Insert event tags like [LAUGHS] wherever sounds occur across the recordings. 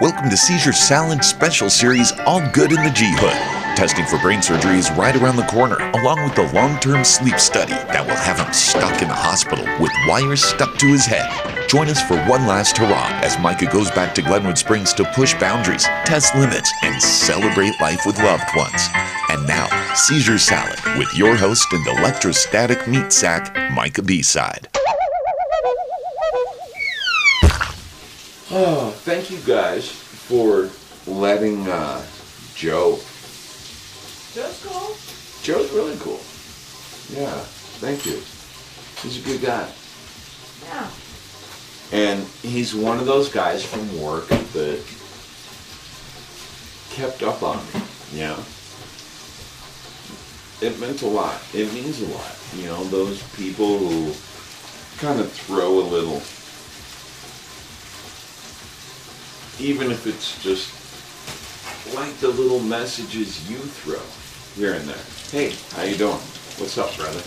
Welcome to Seizure Salad Special Series All Good in the G Hood. Testing for brain surgery is right around the corner, along with the long term sleep study that will have him stuck in the hospital with wires stuck to his head. Join us for one last hurrah as Micah goes back to Glenwood Springs to push boundaries, test limits, and celebrate life with loved ones. And now, Seizure Salad with your host and electrostatic meat sack, Micah B-side. Oh, thank you guys for letting uh, Joe. Joe's cool. Joe's really cool. Yeah, thank you. He's a good guy. Yeah. And he's one of those guys from work that kept up on me. Yeah. It meant a lot. It means a lot. You know, those people who kind of throw a little, even if it's just like the little messages you throw here and there. Hey, how you doing? What's up, brother?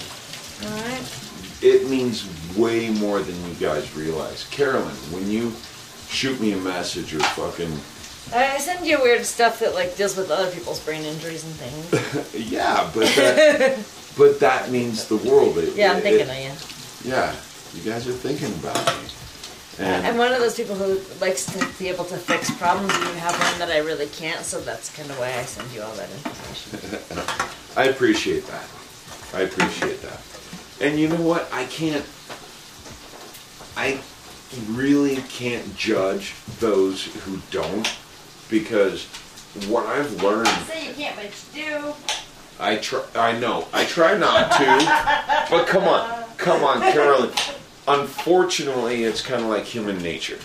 All right. it means way more than you guys realize. Carolyn, when you shoot me a message or fucking I I send you weird stuff that like deals with other people's brain injuries and things. yeah, but [LAUGHS] that, but that means the world. It- Yeah, I'm it- thinking of you. Yeah, you guys are thinking about me. I'm And one of those people who likes to be able to fix problems, and you have one that I really can't. So that's kind of why I send you all that information. I appreciate that. I appreciate that. And you know what? I can't. I really can't judge those who don't because what I've learned Say you can't, but you do. I try. I know. I try not to. but come on, come on, Carolyn. Unfortunately, it's kind of like human nature,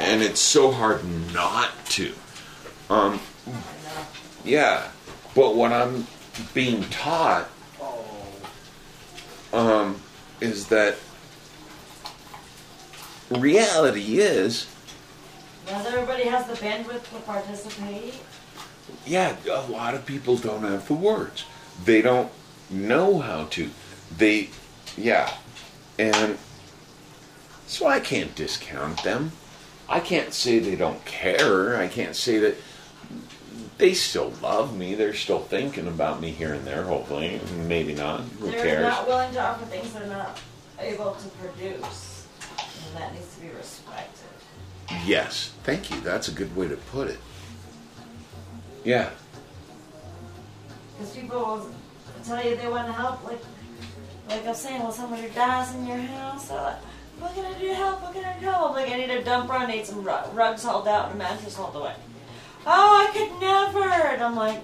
and it's so hard not to. Um, yeah. But what I'm being taught, um, is that reality is. Not everybody has the bandwidth to participate. yeah, a lot of people don't have the words. They don't know how to. They, yeah. And so I can't discount them. I can't say they don't care. I can't say that they still love me. They're still thinking about me here and there, hopefully. Maybe not. Who They're cares? not willing to offer things they're not able to produce, and that needs to be respected. Yes. Thank you. That's a good way to put it. Yeah. Because people will tell you they want to help, like like I'm saying, well, somebody dies in your house, they're like, what can I do to help? What can I do to help? I'm like, I need a dumper, I need some rug- rugs hauled out and a mattress hauled away. Oh, I could never! And I'm like,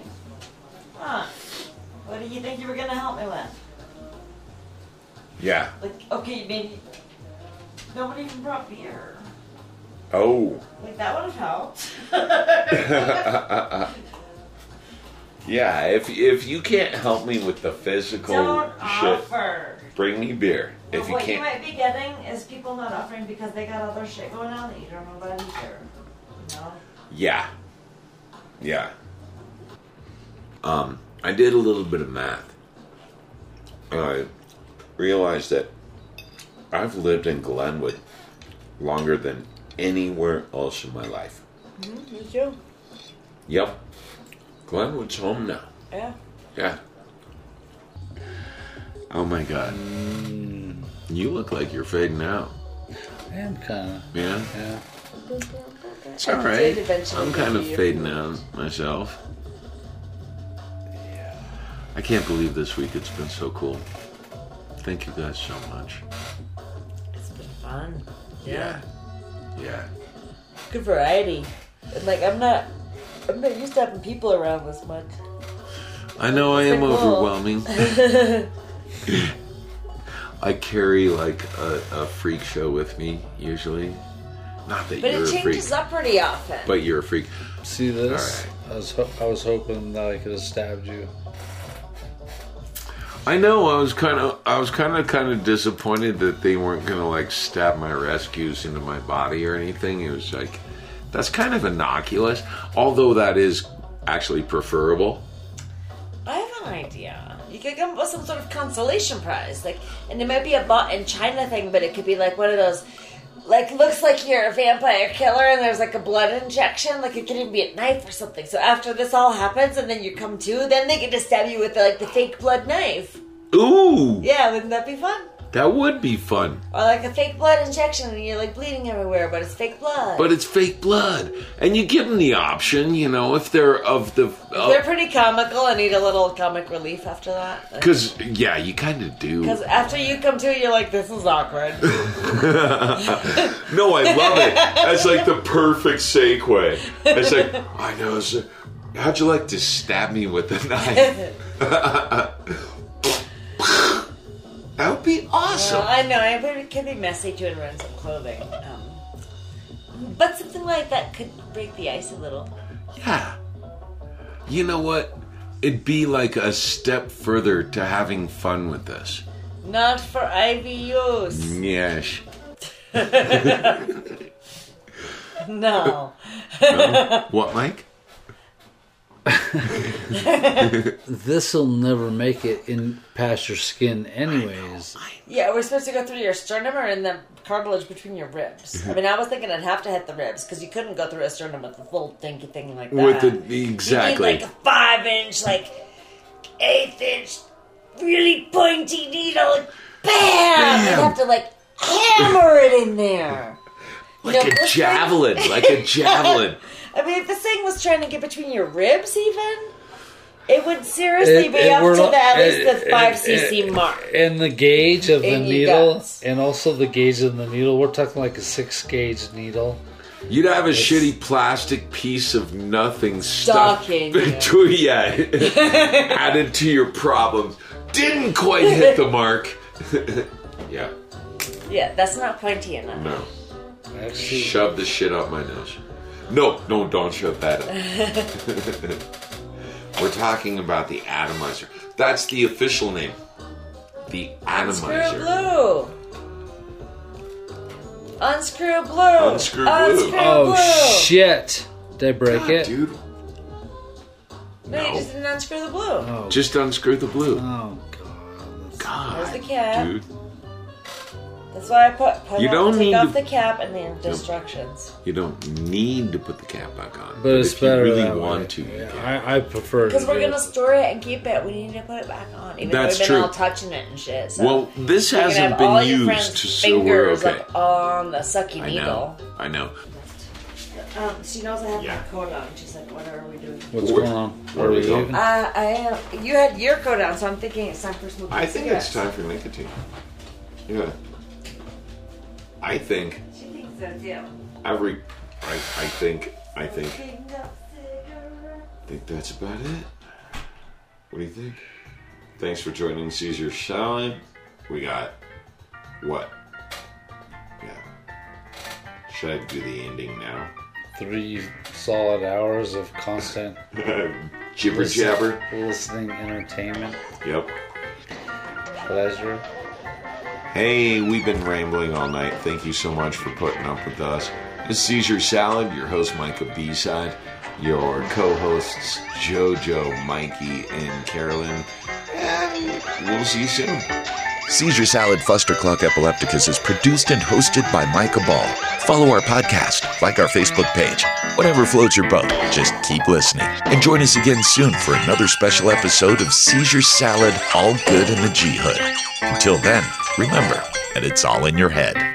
huh, what do you think you were going to help me with? Yeah. Like, okay, maybe nobody even brought beer. Oh. Like, that would have helped. [LAUGHS] [LAUGHS] Yeah, if if you can't help me with the physical Don't shit, offer. bring me beer. If you what you can't, might be getting is people not offering because they got other shit going on that you don't know about either. You know? yeah, yeah. Um, I did a little bit of math. And I realized that I've lived in Glenwood longer than anywhere else in my life. Me too. Yep, Glenwood's home now. Yeah. Yeah. Oh my god, you look like you're fading out. Mm. I am kind of. Yeah. Yeah. It's all right. did eventually I'm get kind of you. fading out myself. I can't believe this week it's been so cool. Thank you guys so much. It's been fun. Yeah. Good variety. And like I'm not, I'm not used to having people around this much. I know I am Pretty cool. overwhelming. [LAUGHS] I carry like a, a freak show with me usually. Not that But you're a it freak, changes up pretty often. but you're a freak. See this? All I was ho- I was hoping that I could have stabbed you. I know. I was kind of, I was kind of, kind of disappointed that they weren't gonna like stab my rescues into my body or anything. It was like, that's kind of innocuous. Although that is actually preferable. I have an idea. You could come up with some sort of consolation prize, like, and it might be a bought in China thing, but it could be like one of those like looks like you're a vampire killer and there's like a blood injection like it could even be a knife or something so after this all happens and then you come to then they get to stab you with like the fake blood knife Ooh, yeah wouldn't that be fun that would be fun. or like a fake blood injection and you're like bleeding everywhere but it's fake blood But it's fake blood, and you give them the option, you know, if they're of the. they're pretty comical and need a little comic relief after that Like, Because yeah, you kind of do. Because after you come to, you're like, this is awkward. No, I love it. That's like the perfect segue. It's like I know. it's- How'd you like to stab me with a knife? [LAUGHS] that would be awesome. Well, I know, I- but it could be messy to and ruin some clothing. Um, but something like that could break the ice a little. Yeah. You know what? It'd be like a step further to having fun with this. Not for IBUs. Yes. No. What, Mike? This'll never make it in past your skin, anyways. Yeah, we're supposed to go through your sternum or in the cartilage between your ribs. I mean, I was thinking I'd have to hit the ribs because you couldn't go through a sternum with a full dinky thing like that. With the exactly. You need like a five inch, like eighth inch, really pointy needle. and Bam! You have to like hammer it in there. like know, a this javelin. like [LAUGHS] a javelin. I mean, if this thing was trying to get between your ribs, even it would seriously It- be it up were to not- the at least it- the five it- it- cc mark. And the gauge of the And you needle, guys. and also the gauge of the needle. We're talking like a six gauge needle. You'd have a shitty plastic piece of nothing stuck Stuck in you. between, yeah, [LAUGHS] added to your problems. Didn't quite hit the mark. [LAUGHS] yeah, Yeah, that's not pointy enough. no. Actually, Shove the shit up my nose. No, no, don't shove that up. [LAUGHS] We're talking about the atomizer. That's the official name. The Unscrew atomizer. blue. Unscrew blue. Unscrew blue. Unscrew oh blue. shit! Did I break it? Dude, No, you No. just didn't unscrew the blue. Oh, just unscrew the blue. oh god! There's the God, cap. Ah, dude. That's why I put, put You on- don't take need off to- the cap and the instructions. You don't need to put the cap back on. But it's if better you really that want way. to, you can. Yeah, I, I prefer. Because to we're do gonna it. store it and keep it. We need to put it back on. Even That's though we've been true. all touching it and shit. So Well, this you can hasn't have all been your used, friends' so we're fingers okay. up on the sucky I know. needle. I know. Um, she knows I have Yeah. my coat on. She's like, "What are we doing?" What's Where- going on? where are we going? leaving? Uh, I am. You had your coat on, so I'm thinking it's time for smoking. I think it's cigarettes. time for nicotine. Yeah. I think. She thinks so too. I re. I, I think. I think. Picking up cigarettes. I think that's about it. What do you think? Thanks for joining Caesar Salad. We got what? Yeah. Should I do the ending now? Three solid hours of constant Jibber listen- jabber. listening, entertainment, Yep. pleasure. Hey, we've been rambling all night. Thank you so much for putting up with us. This is Caesar Salad, your host Micah B-Side, your co-hosts JoJo, Mikey, and Carolyn. And we'll see you soon. Seizure Salad Fuster Clock Epilepticus is produced and hosted by Micah Ball. Follow our podcast, like our Facebook page. Whatever floats your boat, just keep listening. And join us again soon for another special episode of Seizure Salad All Good in the G Hood. Until then, remember that it's all in your head.